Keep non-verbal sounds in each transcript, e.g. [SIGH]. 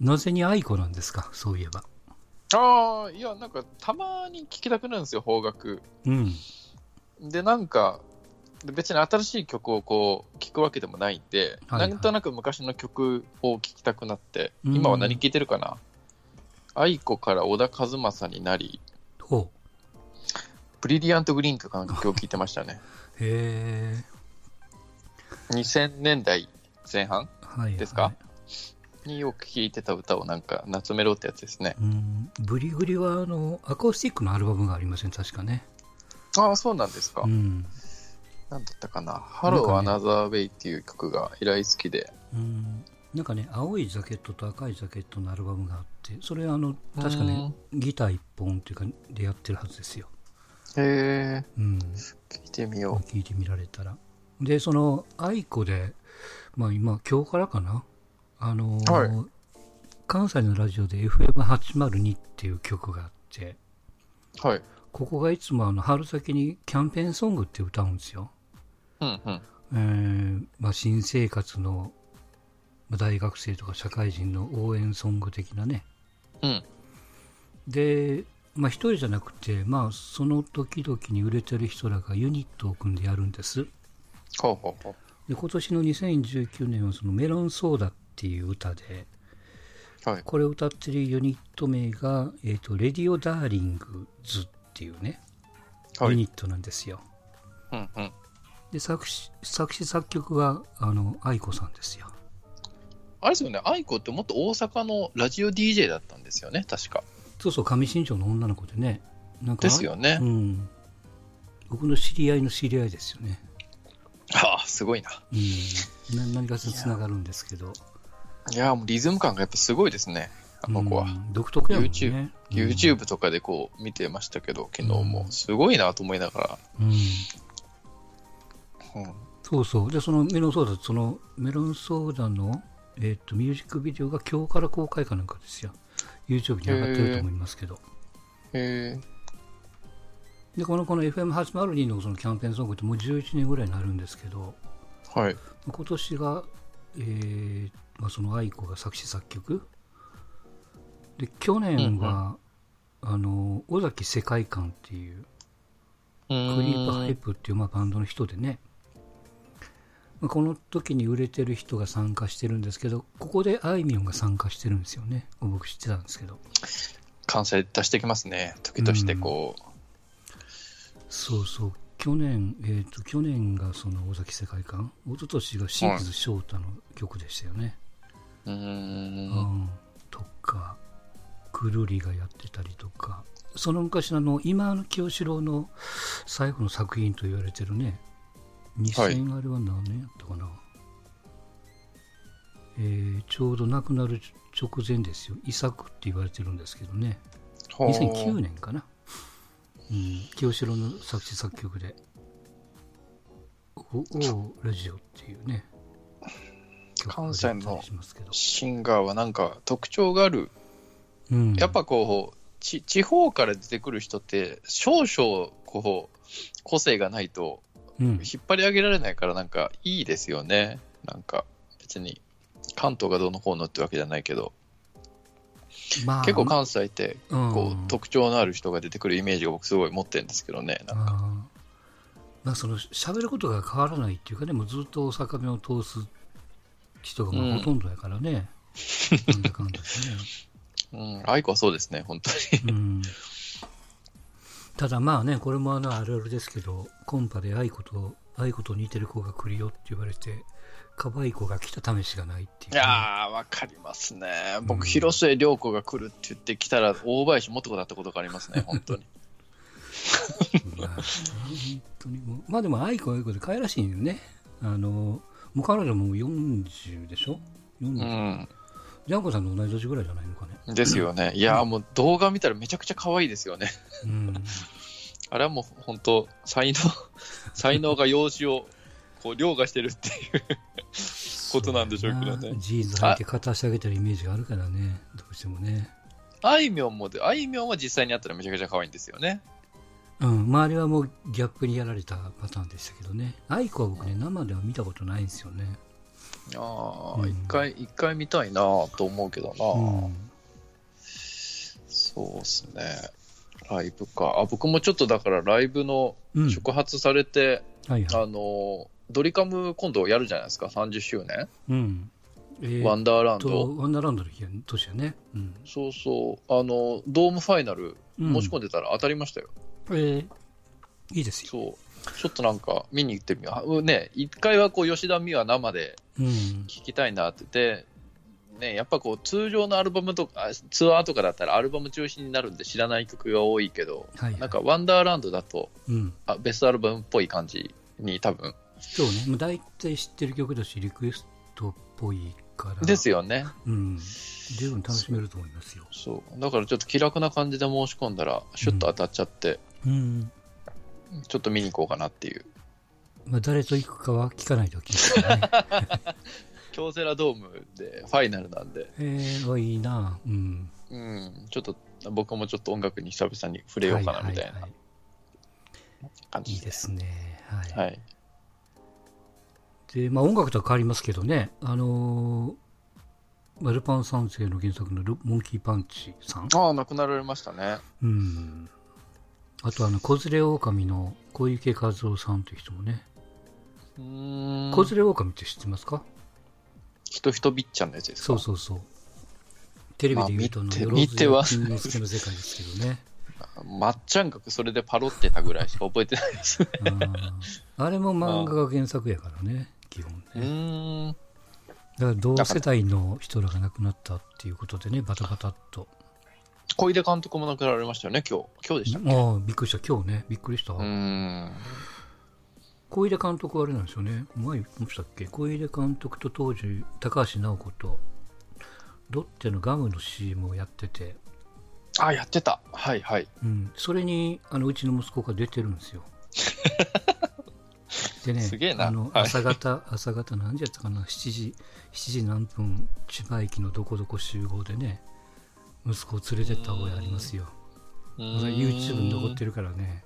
なぜに愛子なんですか、そういえば。ああ、いや、なんか、たまに聞きたくなるんですよ、邦楽。うん。で、なんか、別に新しい曲をこう、聞くわけでもないんで、はいはいなんとなく昔の曲を聴きたくなって、うん今は何聴いてるかな愛子から小田和正になり、ほう。ブリリアントグリーンとかの曲を聴いてまし [LAUGHS] たね。へえ。 2000年代前半はい、はい。ですかによく聴いてた歌をなんか、夏メロってやつですね。うん。ブリグリは、あの、アコースティックのアルバムがありません、確かね。ああ、そうなんですか。うん。なんだったかな。ハローアナザーウェイっていう曲が依頼好きで。うん。なんかね、青いジャケットと赤いジャケットのアルバムがあって、それ、あの、確かね、ギター一本っていうか、でやってるはずですよ。へえ、うん。聞いてみよ聞いてみられたら。で、その、愛子で、まあ今、今日からかな。あのーは関西のラジオで FM802 っていう曲があって、う。はい。ここがいつもあの春先にキャンペーンソングって歌うんですよ。うんうん。えーまあ、新生活のまあ大学生とか社会人の応援ソング的なね。うん。で、まあ一人じゃなくて、まあその時々に売れてる人らがユニットを組んでやるんです。ほうほうほで今年の2019年はそのメロンソーダっていう歌でう。はい。これを歌ってるユニット名が、えー、とレディオ・ダーリングズっていうね、はユい。ニットなんですようんうん。で作詞作詞作曲があの愛子さんですよあれですよね、愛子ってもっと大阪のラジオ DJ だったんですよね、確か。そうそう上新庄の女の子でねなんかですよねう。ん僕の知り合いの知り合いですよね、ああ、すごいな。うん、な何かしらつながるんですけどいやー、もうリズム感がやっぱすごいですね、あの子うは。ん独特やもんね YouTube うん YouTube とかでこう見てましたけど、昨日も。すごいなと思いながうんら。うん。そうそう。で、そのメロンソーダ、そのメロンソーダの、えっとミュージックビデオが今日から公開かなんかですよ。YouTube に上がってると思いますけど。へえ。で、このこの FM802 のそのキャンペーンソングってもう11年ぐらいになるんですけど、はい。今年が、えーまあ、その愛子が作詞作曲。で、去年は、あの、尾崎世界観っていう、うクリープハーイん。プっていうまあバンドの人でね、まあ、この時に売れてる人が参加してるんですけどここであいみょんが参加してるんですよね僕知ってたんですけど関西出してきますね、時としてこう。そうそう去年えっ、と去年がその尾崎世界観一昨年がシーズ翔太の曲でしたよね、うーうんん。とかくるりがやってたりとかその昔のあの今の清志郎の最後の作品と言われてるね2000あれは何年やったかな、えーちょうど亡くなる直前ですよ遺作って言われてるんですけどねほう2009年かな、うん、清志郎の作詞作曲で「おおラジオ」っていうね曲が関出西たのりしますけどシンガーはなんか特徴があるうんやっぱこう、ち地方から出てくる人って、少々こう個性がないと、うん引っ張り上げられないから、なんかいいですよね、なんか別に、関東がどうのこうのってわけじゃないけど、まあ結構関西って、こんう特徴のある人が出てくるイメージを僕、すごい持ってるんですけどね、なんかあーまあその喋ることが変わらないっていうかねもうずっと大阪弁を通す人がまうあんほとんどやから [LAUGHS] ね、なんだかんだうん、愛子はそうですね、本当に。でね、うん、ただまあねこれもあのあるあるですけどコンパで愛子と愛子と似てる子が来るよって言われて可愛い子が来た試しがないっていういね、やー、わかりますね、うん僕、広末涼子が来るって言ってきたら、大林素子だったことがありますね、本当に。まあ本当にもうまあでも愛子は愛子で可愛らしいよねあのもう彼女もう40でしょ40うんジャンコさんと同い年ぐらいじゃないのかねですよね。いやーもう動画見たらめちゃくちゃ可愛いですよね。うんあれはもう本当才能、 [LAUGHS] 才能が容姿をこう凌駕してるっていう。 [LAUGHS] ことなんでしょうけどねそうやなジーンズ履いて片足上げてるイメージがあるからね、どうしてもね。あいみょんもで、あいみょんは実際にあったらめちゃくちゃ可愛いんですよね。うん、周りはもうギャップにやられたパターンでしたけどね。アイコは僕ね、生では見たことないんですよね。あうあ、ん一回、一回見たいなと思うけどな、うんそうっすね。ライブか。あ、僕もちょっとだからライブのうん、触発されて、はいあはのー、ドリカム今度やるじゃないですか、30周年。い。うん。えーワンダーランとド。ワンダーランドの日や年やね。うん。そうそう。あの、ドームファイナル申し込んで、でたら当たりましたよ。えーいいですよ。そう。ちょっとなんか見に行ってみよう。あね、一回はこう吉田美和生でうん。聞きたいなってて、ね、やっぱこう通常のアルバムとか、あツアーとかだったらアルバム中心になるんで知らない曲が多いけど、はい、はい。なんかワンダーランドだと、うん。あベストアルバムっぽい感じに多分。そうね。もう大体知ってる曲だし、リクエストっぽいから。ですよね。うん。十分楽しめると思いますよ。そう。だからちょっと気楽な感じで申し込んだら、シュッと当たっちゃって、うん。ちょっと見に行こうかなっていう。まあ、誰と行くかは聞かないと聞いて [LAUGHS] ね。京セラドームでファイナルなんで、えー、おいいな。うん。うん、ちょっと僕もちょっと音楽に久々に触れようかなみたいははなは感いいじでです。すね。はい。はい。で、まあ、音楽とは変わりますけどね、あのー、まあルパン三世の原作のルモンキーパンチさん、ああ、亡くなられましたね。うん、あとあの、子連れ狼の小池和夫さんという人もね、うーん。子連れ狼って知ってますか、人人びっちゃんのやつですかそうそうそう。テレビで見るとあの、まあ見てよろ見ずてやは金之助の世界ですけどね。まっちゃんがそれでパロってたぐらいしか覚えてないですね。あーあれも漫画が原作やからね、基本うね。ーん。だから同世代の人らが亡くなったっていうことでね、バタバタっと。小出監督も亡くなられましたよね、今日。今日でしたっけああ、びっくりした、今日ね、びっくりした。うーん。小出監督はあれなんですよね前言いましたっけ小出監督と当時高橋尚子とロッテのガムの CM をやってて、あ、やってた。はいはい。うん、それにあのうちの息子が出てるんですよ [LAUGHS] でねすげえなあのはい朝方、朝方何時やったかな7時7時何分千葉駅のどこどこ集合でね息子を連れてった覚えありますようーんそれ YouTube に残ってるからね、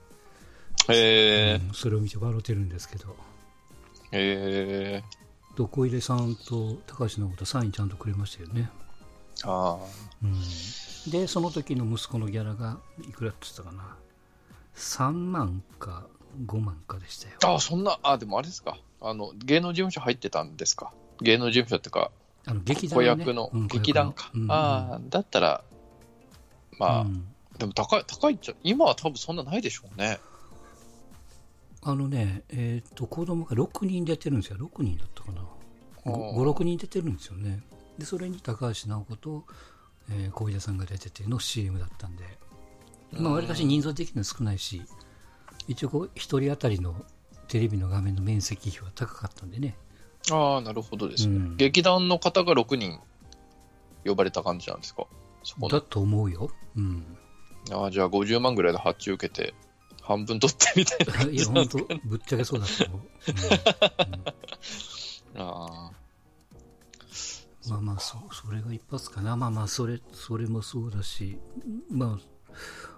へえうんそれを見て笑ってるんですけどへえと小出さんと高橋尚子とサインちゃんとくれましたよねああ。うんでその時の息子のギャラがいくらって言ってたかな3万か5万かでしたよあそんな、あ、でもあれですか。あの、芸能事務所入ってたんですか。芸能事務所っていうか、あの劇団子ね役の、うん劇団か。子役のああ、だったら、うんまあ、うんでも高い、高いっちゃ、今は多分そんなないでしょうね。あのねえっと子供が6人出てるんですよ6人だったかなあー56人出てるんですよねでそれに高橋尚子と、えー小出さんが出てての CM だったんでまあわりかし人数的には少ないし一応こう1人当たりのテレビの画面の面積比は高かったんでねああ、なるほどですね。うん劇団の方が6人呼ばれた感じなんですか。そこだと思うようん [LAUGHS] のああ、じゃあ50万ぐらいで発注受けて、半分取ってみたいな。いや、本当、ぶっちゃけそうだと思う。 [LAUGHS] ああ。うんまあまあそ、それが一発かな。まあまあ、それ、それもそうだし、まあ、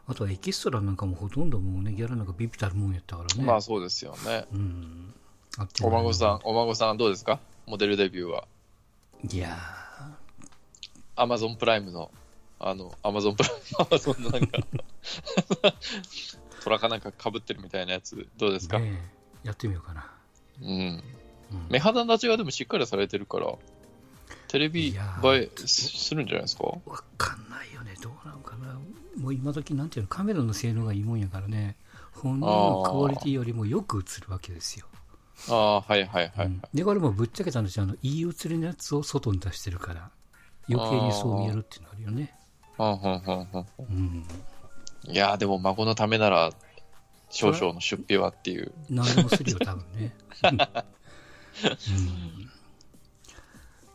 あとはエキストラなんかもほとんどもうね、ギャラなんかビビたるもんやったからね。まあそうですよね。うん。あってお孫さん、お孫さんどうですかモデルデビューは。ん。いやアマゾンプライムの、あの、アマゾンプライム、 [LAUGHS] アマゾンのなんか、 [LAUGHS] トラかなんか被ってるみたいなやつ、どうですー、か、ねえやってみようかな。うん。うん目肌立ちがでもしっかりされてるから、テレビい映やえーすするんじゃないですかわかんないよね、どうなのかな。もう今時なんていうの、カメラの性能がいいもんやからね、本人のクオリティよりもよく映るわけですよ。ああ、はいはいはい。うんでこれもぶっちゃけた話あのいい写りのやつを外に出してるから余計にそう見えるっていうのあるよね、うんうんうんうんうん、いやーでも孫のためなら、少々の出費はっていう。何でもするよ多分ね、うん、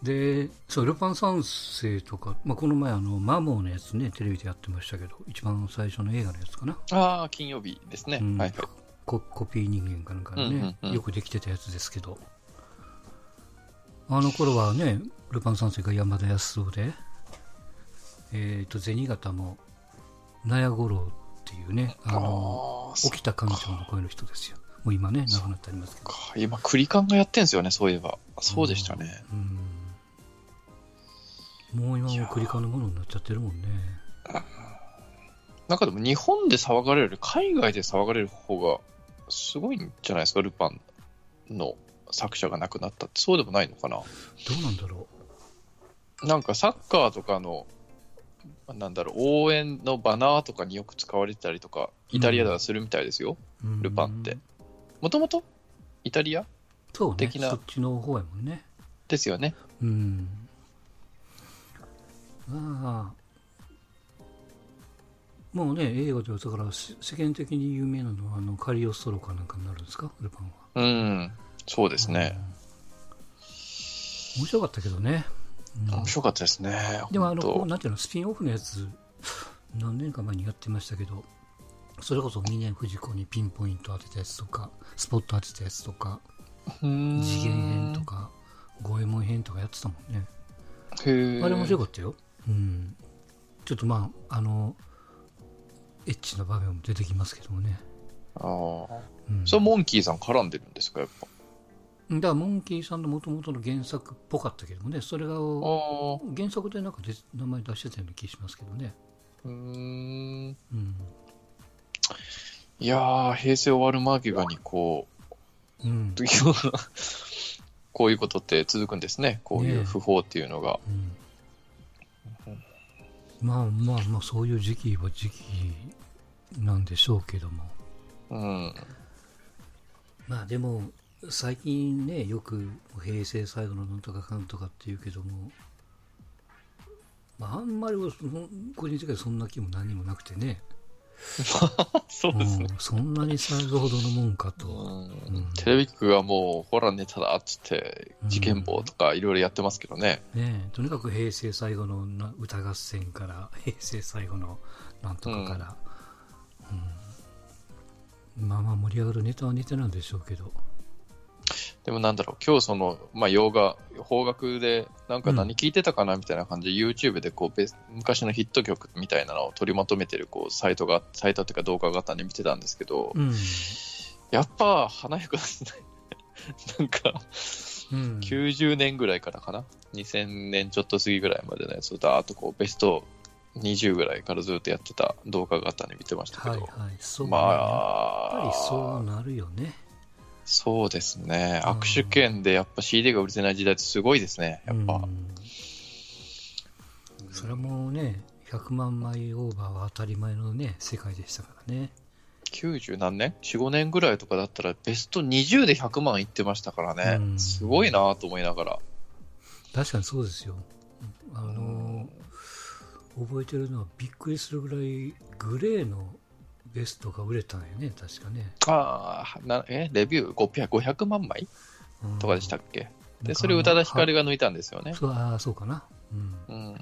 でそうルパン三世とか、まあ、この前あのマモーのやつねテレビでやってましたけど一番最初の映画のやつかなああ、金曜日ですね。うんはいはい。ココピー人間かなんかのうんね、うんうんよくできてたやつですけどあの頃はねルパン三世が山田康夫でえっ、と銭形も納屋五郎っていうねあのああ、そ沖田館長の声の人ですよもう今ね、なくなってありますけど。か今、クリカンがやってんですよね、そういえば。そうでしたね。うんもう今もクリカンのものになっちゃってるもんね。なんかでも、日本で騒がれるより、海外で騒がれる方がすごいんじゃないですか、ルパンの作者が亡くなったって、そうでもないのかな。どうなんだろなんかサッカーとかの、なんだろう、応援のバナーとかによく使われてたりとか、イタリアではするみたいですよ。う。うんルパンって。もともとイタリアそうね。的なそっちの方やもんね。ですよね。うん。まあ、もうね、映画では、だから世世間的に有名なのは、あの、カリオストロかなんかになるんですか、ルパンは。うん。そうですね。うん。面白かったけどね。うん面白かったですね。でもあの本当こうなんていうのスピンオフのやつ何年か前にやってましたけどそれこそ峰藤子にピンポイント当てたやつとかスポット当てたやつとかうーん次元編とか五右衛門編とかやってたもんねへあれ面白かかったよ、うん、ちょっとまああのエッチな場面も出てきますけどもね、った。ああ。うん、それモンキーさん絡んでるんですか、やっぱ。だからモンキーさんのもともとの原作っぽかったけどもねそれがああ。原作でなんか出名前出してたような気しますけどね、うーん。うんいやー、平成終わる間際にこうんう、 [LAUGHS] こういうことって続くんですね。こういねえう不法っていうのが。うんまあまあまあそういう時期は時期なんでしょうけどもうん。まあでも最近ねよく平成最後のなんとかかんとかっていうけども、まあ、あんまりその個人的にはそんな気も何もなくてね、 [LAUGHS] そううですね。ん、そんなに最後ほどのもんかと、うんテレビ局がもうホラーネタだっつって事件簿とかいろいろやってますけどね、ねえ、とにかく平成最後のな歌合戦から [LAUGHS] 平成最後のなんとかから、うんまあまあ盛り上がるネタはネタなんでしょうけど、でもなんだろう今日その、まあ、洋画邦楽でなんか何聞いてたかなみたいな感じで、YouTube でこうベス昔のヒット曲みたいなのを取りまとめてるこうサイトがサイトっていうか動画があったんで見てたんですけど、うんやっぱ華やかですね [LAUGHS] なんかうん、 90年ぐらいからかな2000年ちょっと過ぎぐらいまでのやつをだーっとこうベスト20ぐらいからずっとやってた動画があったんで見てましたけはいど、はいそう、まやっあ、ぱりそうなるよねそうですね。うん握手券でやっぱ CD が売れてない時代ってすごいですね。やっうぱ。んそれはもうね100万枚オーバーは当たり前のね世界でしたからね90何年 ?4、5年ぐらいとかだったらベスト20で100万いってましたからね。うんすごいなと思いながら。確かにそうですよあのー覚えてるのはびっくりするぐらいグレーのベストが売れたんよね確かね、ああ、なえ、レビュー500 500万枚うんとかでしたっけ、なんで、かそれを宇多田ヒカルはが抜いたんですよね。そうあーそうかな、うん、うん。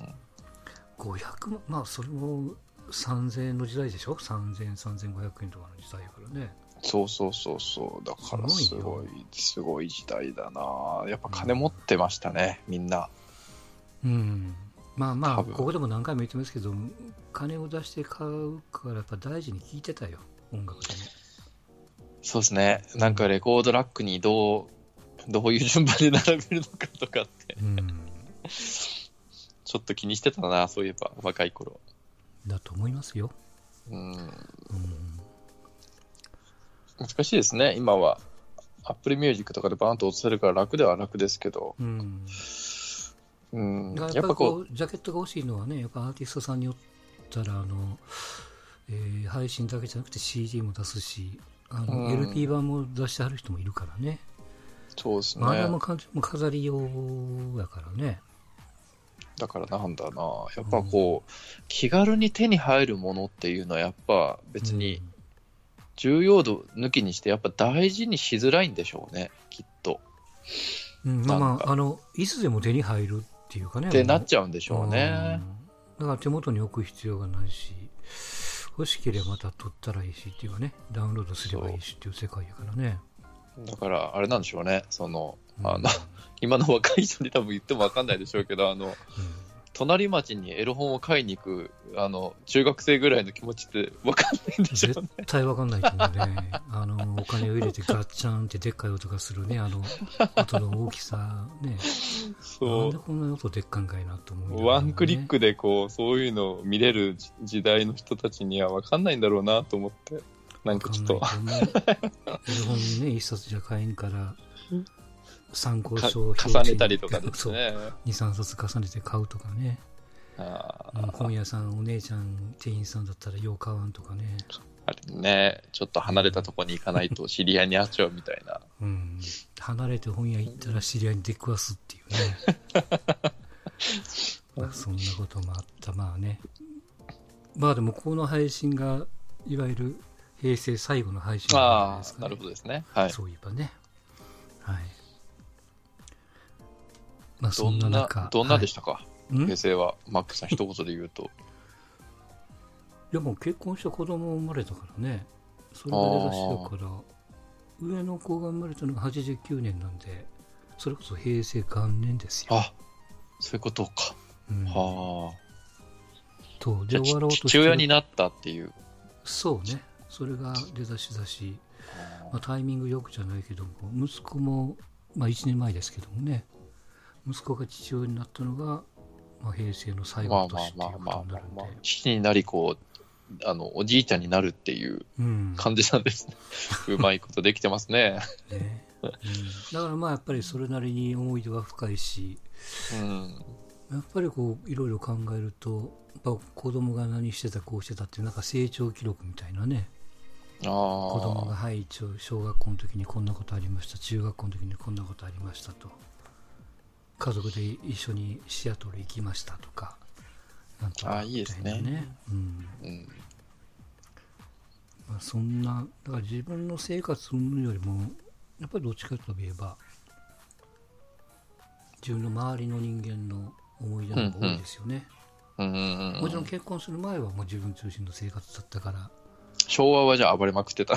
500万まあそれも3000円の時代でしょ30003500円とかの時代やからねそうそうそうそう。だからすすごごいい、すごい時代だなやっぱ金持ってましたね、みんな。うんまあまあ多分ここでも何回も言ってますけど金を出して買うからやっぱ大事に聞いてたよ音楽でもそうですね。なんかレコードラックにどう、どういう順番で並べるのかとかって、うんちょっと気にしてたな、そういえば、若い頃。だと思いますよ、うん。うん、難しいですね、今は。Apple Music とかでバーンと落とせるから楽では楽ですけど、うん、うん。だからやっぱこう、うジャケットが欲しいのはねやっぱアーティストさんによったらあの、えー配信だけじゃなくて CD も出すしあの、うん LP 版も出してはる人もいるからね、そうですねまあ、あれはもう完全にもう飾り用やからねだからなんだな、やっぱこう、気軽に手に入るものっていうのは、やっぱ別に重要度抜きにして、やっぱ大事にしづらいんでしょうね、きっと。うん、うんまあなんまかああのいつでも手に入るっていうかねってなっゃちゃうんでしょうね。だから手元に置く必要がないし欲しければまた取ったらいいしっていうかねダウンロードすればいいしっていう世界やからねだから、あれなんでしょうね、その、うんあの、今の若い人に多分言っても分かんないでしょうけど、あの、隣町にエロ本を買いに行く、あの、中学生ぐらいの気持ちって分かんないんでしょ絶うね。対わかんないと思うね。あの、お金を入れてガッチャンってでっかい音がするね、あの、音の大きさね。なんでそこんな音でっかいんかいなと思うよう。ねワンクリッ。クでこう、そういうのを見れる時時代の人たちには分かんないんだろうなと思って、なんかちょっと、わかんないと思う。日本にね、一冊じゃ買えんから、参考か書を表示重ねたりとかです [LAUGHS] そう。ね。 2、3冊重ねて買うとかね。あうん本屋さん、お姉ちゃん、店員さんだったらよう買わんとかね。あれね、ちょっと離れたとこに行かないと知り合いに会っちゃうみたいな。うん。離れて本屋行ったら知り合いに出くわすっていうね。 [LAUGHS] まあそんなこともあった。まあね。まあでも、この配信が、いわゆる平成最後の配信あですあ、なるほどですね。はい。そういえばね。はい。まあ、そどんんなな中。、どんなでししたか、た、はい、んい平成は、マックさん、一言で言うと。や、もう結婚して子供生まれたからね。それが出だしだから、上の子が生まれたのが89年なんで、それこそ平成元年ですよ。あそういうことか。うん、はあ。と、じでゃあ終わろうちと父親になったっていう。そうね。それが出だしだし、まあ、タイミングよくじゃないけども、息子も、まあ1年前ですけどもね、息子が父親になったのが、まあ、平成の最ま後あのまあ年っていうことまあまあにまなあるんでまあ、。父になり、こう、あの、おじいちゃんになるっていううん感じなんですね。うまいことできてますね。ね、うんだからまあやっぱりそれなりに思い出は深いしうん。やっぱりこういろいろ考えるとやっぱ子供が何してたこうしてたっていうなんか成長記録みたいなねああ。子供がはい中小学校の時にこんなことありました中学校の時にこんなことありましたと家族で一緒にシアトル行きましたとかなんとあかーいいですねみたなうんうん。まあ、そんなだから自分の生活云々よりもやっぱりどっちかといえば自分の周りの人間の思い出の方が多いですよね、うんうんうもちろんん、結婚する前はもう自分中心の生活だったから昭和はじゃあ暴れまくってた。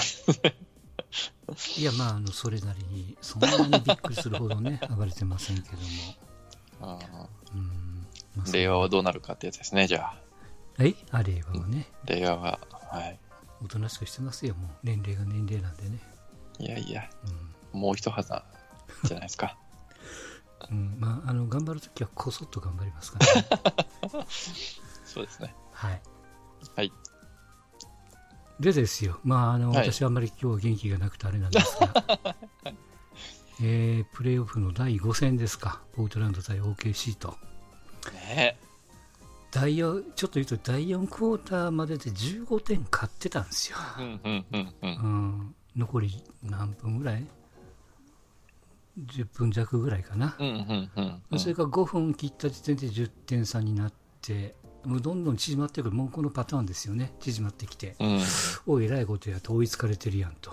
いやまああのそれなりにそんなにびっくりするほど [LAUGHS] ね暴れてませんけどもあうん、まあーそう令和はどうなるかってやつですね、じゃあ。はいあ令和はね令和は。はい。おとなしくしてますよもう年齢が年齢なんでね、いやいや、うんもう一肌じゃないですか。うん、まああの頑張るときはこそっと頑張ります [LAUGHS] から、ね、そうですね。はいはい。でですよ、まああのはい私はあまり今日は元気がなくてあれなんです [LAUGHS] が、えープレーオフの第5戦ですか、ポートランド対 OKC と。ね第四ちょっと言うと第4クォーターまでで15点勝ってたんですよ。え。うんうんうんうん。うん、残り何分ぐらい ?10 分弱ぐらいかな。うんうんうんうん。それから5分切った時点で10点差になって、もうどんどん縮まってくる、もうこのパターンですよね、縮まってきて。うん。おい、えらいことやと追いつかれてるやんと。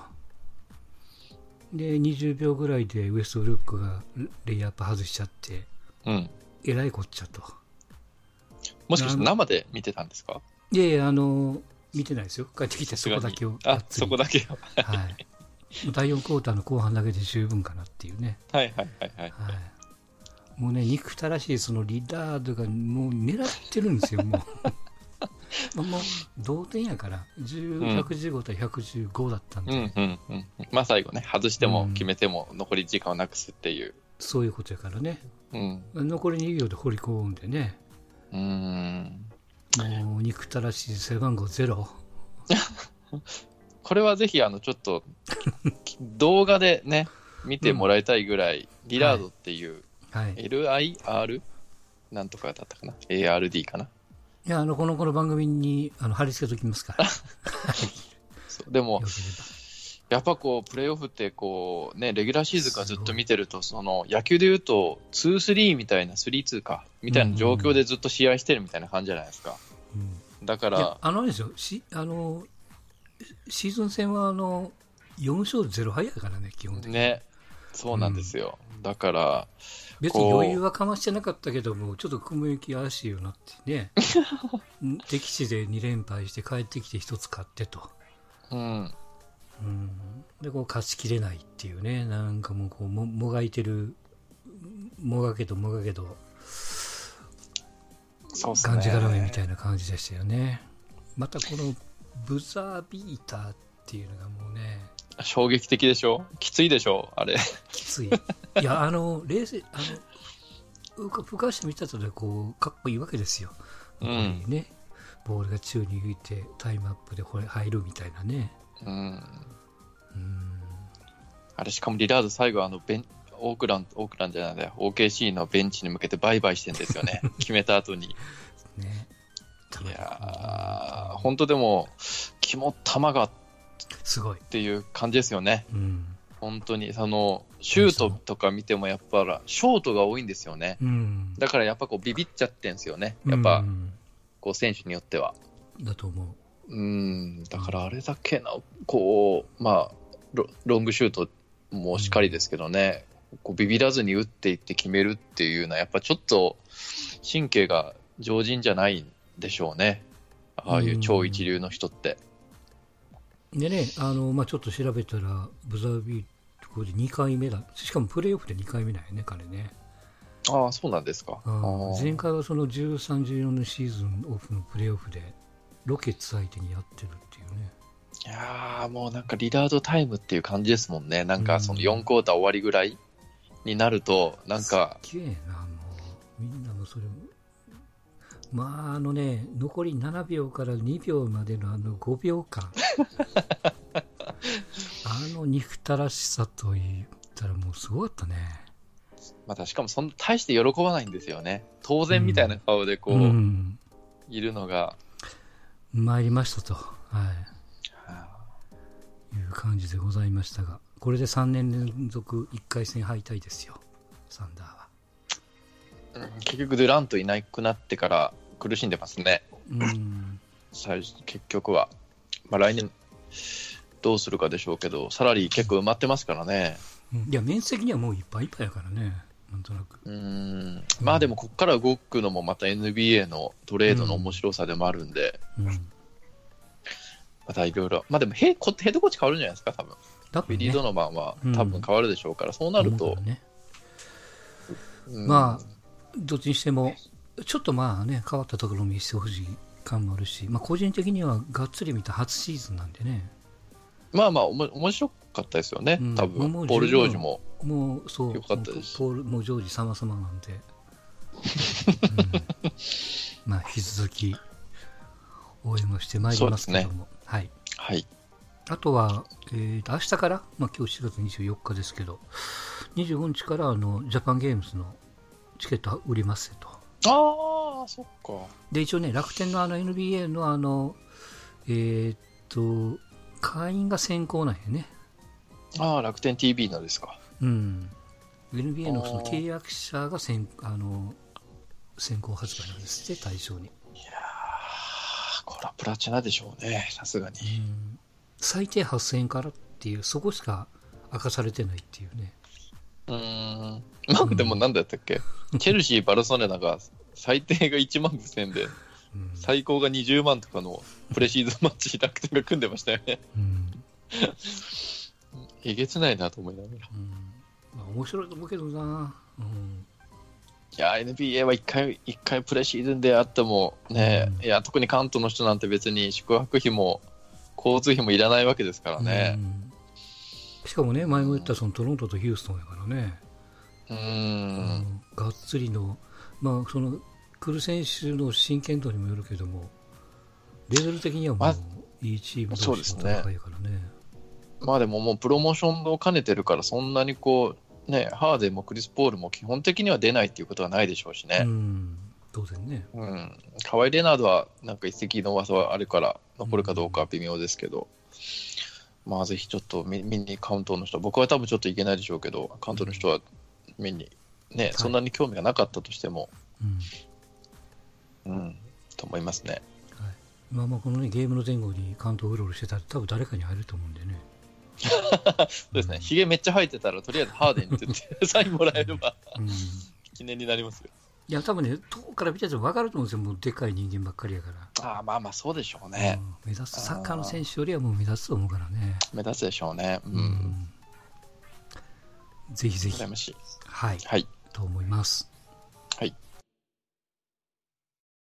で、20秒ぐらいでウエストブルックがレイアップ外しちゃって、うん。えらいこっちゃと。もしかして生で見てたんですかいやいや、あの、見てないですよ。帰ってきてさすそがこにだけを。があっ、つりそこだけは。はい。第4クォーターの後半だけで十分かなっていうね。 [LAUGHS] はいはいはいはい。はい。もうね、憎たらしいそのリラードがもう狙ってるんですよ、もう。 [LAUGHS] もうもう同点やから、10 115対115だったんで、うんうんうん。まあ最後ね、外しても決めても残り時間をなくすっていう。そういうことやからね。うん。残り2秒で掘り込んでね、うーん。もう憎たらしい背番号ゼロ。これはぜひ、あの、ちょっ [LAUGHS] と、動画でね、見てもらいたいぐらい、リラードっていう、はい。 LIR? なんとかだったかな ?ARD かないや、あの、この、この番組に、あの、貼り付けときますから。そうでもよければ、やっぱこう、プレーオフってこう、ね、レギュラーシーズンからずっと見てると、その、野球で言うと、2-3みたいな、3-2か、みたいな状況でずっと試合してるみたいな感じじゃないですか。うんだかいやら、あのあれですよ、し、あの、シーズン戦は、あの、4勝0敗やからね、基本的に。ね、そうなんですよ。だから、別に余裕はかましてなかったけども、ちょっと雲行き怪しいよなって [LAUGHS] ね。うん敵地で2連敗して帰ってきて1つ勝ってと。うん、うんでこう勝ちきれないっていうねなんかもうこうももがいてるもがけどもがけどそうっすね感じがらめみたいな感じでしたよね。またこのブザービーターっていうのがもうね、衝撃的でしょきついでしょあれ。きつい。い [LAUGHS] や、あの、冷静、あの、うかふかして見たとで、こう、かっこいいわけですよ。うんやっぱりね、ボールが宙に浮いて、タイムアップでこれ入るみたいなね。うん。うん。あれ、しかもリラード最後、あの、ベン、オークラン、オークランじゃないんだよ。OKC のベンチに向けてバイバイしてんですよね。決めた後に。ね。いやー、本当でも、肝玉がっすごい。ていう感じですよね。うん。本当に、その、シュートとか見てもやっぱ、ショートが多いんですよね。うん。だからやっぱこうビビっちゃってんですよね。やっぱう、んこう選手によっては。だと思うん、だからあれだけの、こう、まあロ、ロングシュートもしっかりですけどね、こうビビらずに打っていって決めるっていうのは、やっぱちょっと神経が常人じゃないんでしょうね、ああいう超一流の人って。う。でね、あの、まあちょっと調べたら、ブザービーター、これで2回目だ。しかもプレーオフで2回目だよね、彼ね。ああ、そうなんですか。うんああ前回はその13、14のシーズンオフのプレーオフでロケッツ相手にやってるっていうね。いやーもうなんかリラードタイムっていう感じですもんね、なんうかんその4クォーター終わりぐらいになると、なんか、すっげえな、もう。みんなもそれも。まあ、あのね、残り7秒から2秒までのあの5秒 [LAUGHS] 間。あの憎たらしさと言ったらもうすごかったね。またしかもそんな大して喜ばないんですよね、当然みたいな顔でこう、うん。いるのが、参りましたと。はい。あいう感じでございましたが、これで3年連続1回戦敗退ですよ、サンダーは。ーうん結局、ドゥラントいなくなってから苦しんでますね、うん、最結局は。まあ、来年どうするかでしょうけど、サラリー結構埋まってますからね。いや、面積にはもういっぱいいっぱいやからね、なんとなく。うんまあでも、ここから動くのもまた NBA のトレードの面白さでもあるんで、うん、またいろいろ、まあでもヘ、こヘッドコーチ変わるんじゃないですか、多分だってビリー・ドノバンはうん多分変わるでしょうから、そうなる思うとか、らね、うんまあ、どっちにしても、ちょっとまあね、変わったところを見せてほしい感もあるし、まあ、個人的にはがっつり見た初シーズンなんでね、まあまあ、おも面白かったですよね、うんも多分うポール・ジョージも。もうそう、よかったですもうポールもうジョージ様々なん [LAUGHS] で、うんまあ、引き続き応援もしてまいりますけども。はいはい、あとは、えーと明日から、まあ、今日7月24日ですけど、25日からあのジャパンゲームズのチケット売りますよと。ああ、そっか。で、一応ね、楽天のあの NBA のあの、えーっと、会員が先行なんやね。ああ、楽天 TV のですか。うん。NBA のそのあー契約者が先あの先行発売なんですって、対象に。ああ、これはプラチナでしょうね、さすがに。うん最低8000円からっていう、そこしか明かされてないっていうね。うーん。まあ、でもなんだったっけ、チェルシー、バルセロナが最低が1万5000円で、うん最高が20万とかのプレシーズンマッチ、楽天が組んでましたよね。うんえげつないなと思いながら。うんまあ、面白いと思うけどな、うん、いや、NBA は1回、一回プレシーズンであってもね、うんいや、特に関東の人なんて別に宿泊費も交通費もいらないわけですからね。うんしかもね前も言ったそのトロントとヒューストンやからね、うーあん。のがっつりの,、まあ、その来る選手の真剣度にもよるけどもレベル的にはもまういいチームそう同で士すのね戦いやからねまあでももうプロモーションを兼ねてるから、そんなにこう、ね、ハーデンもクリス・ポールも基本的には出ないっていうことはないでしょうしうね。ん当然ねうん。河合レナードはなんか一石の噂はあるから、残るかどうかは微妙ですけど、まあぜひちょっと見見に関東の人、僕は多分ちょっといけないでしょうけど、関東の人は見に、ね、そんなに興味がなかったとしても、うんうん、と思いますね。はいまあまあこのねゲームの前後に関東うろうろしてたら多分誰かに入ると思うんでねそうですね、ひげめっちゃ生えてたら、とりあえずハーデンって言 [LAUGHS] って、サインもらえれば、うん、い記念になりますよ。や多分ね遠くから見てても分かると思うんですよもうでかい人間ばっかりやからああ、まあまあ、そうでしょうね。うん目指すサッカーの選手よりはもう目立つと思うからね、目立つでしょうね。う。うんぜひぜひ羨ましい。はいはい。と思います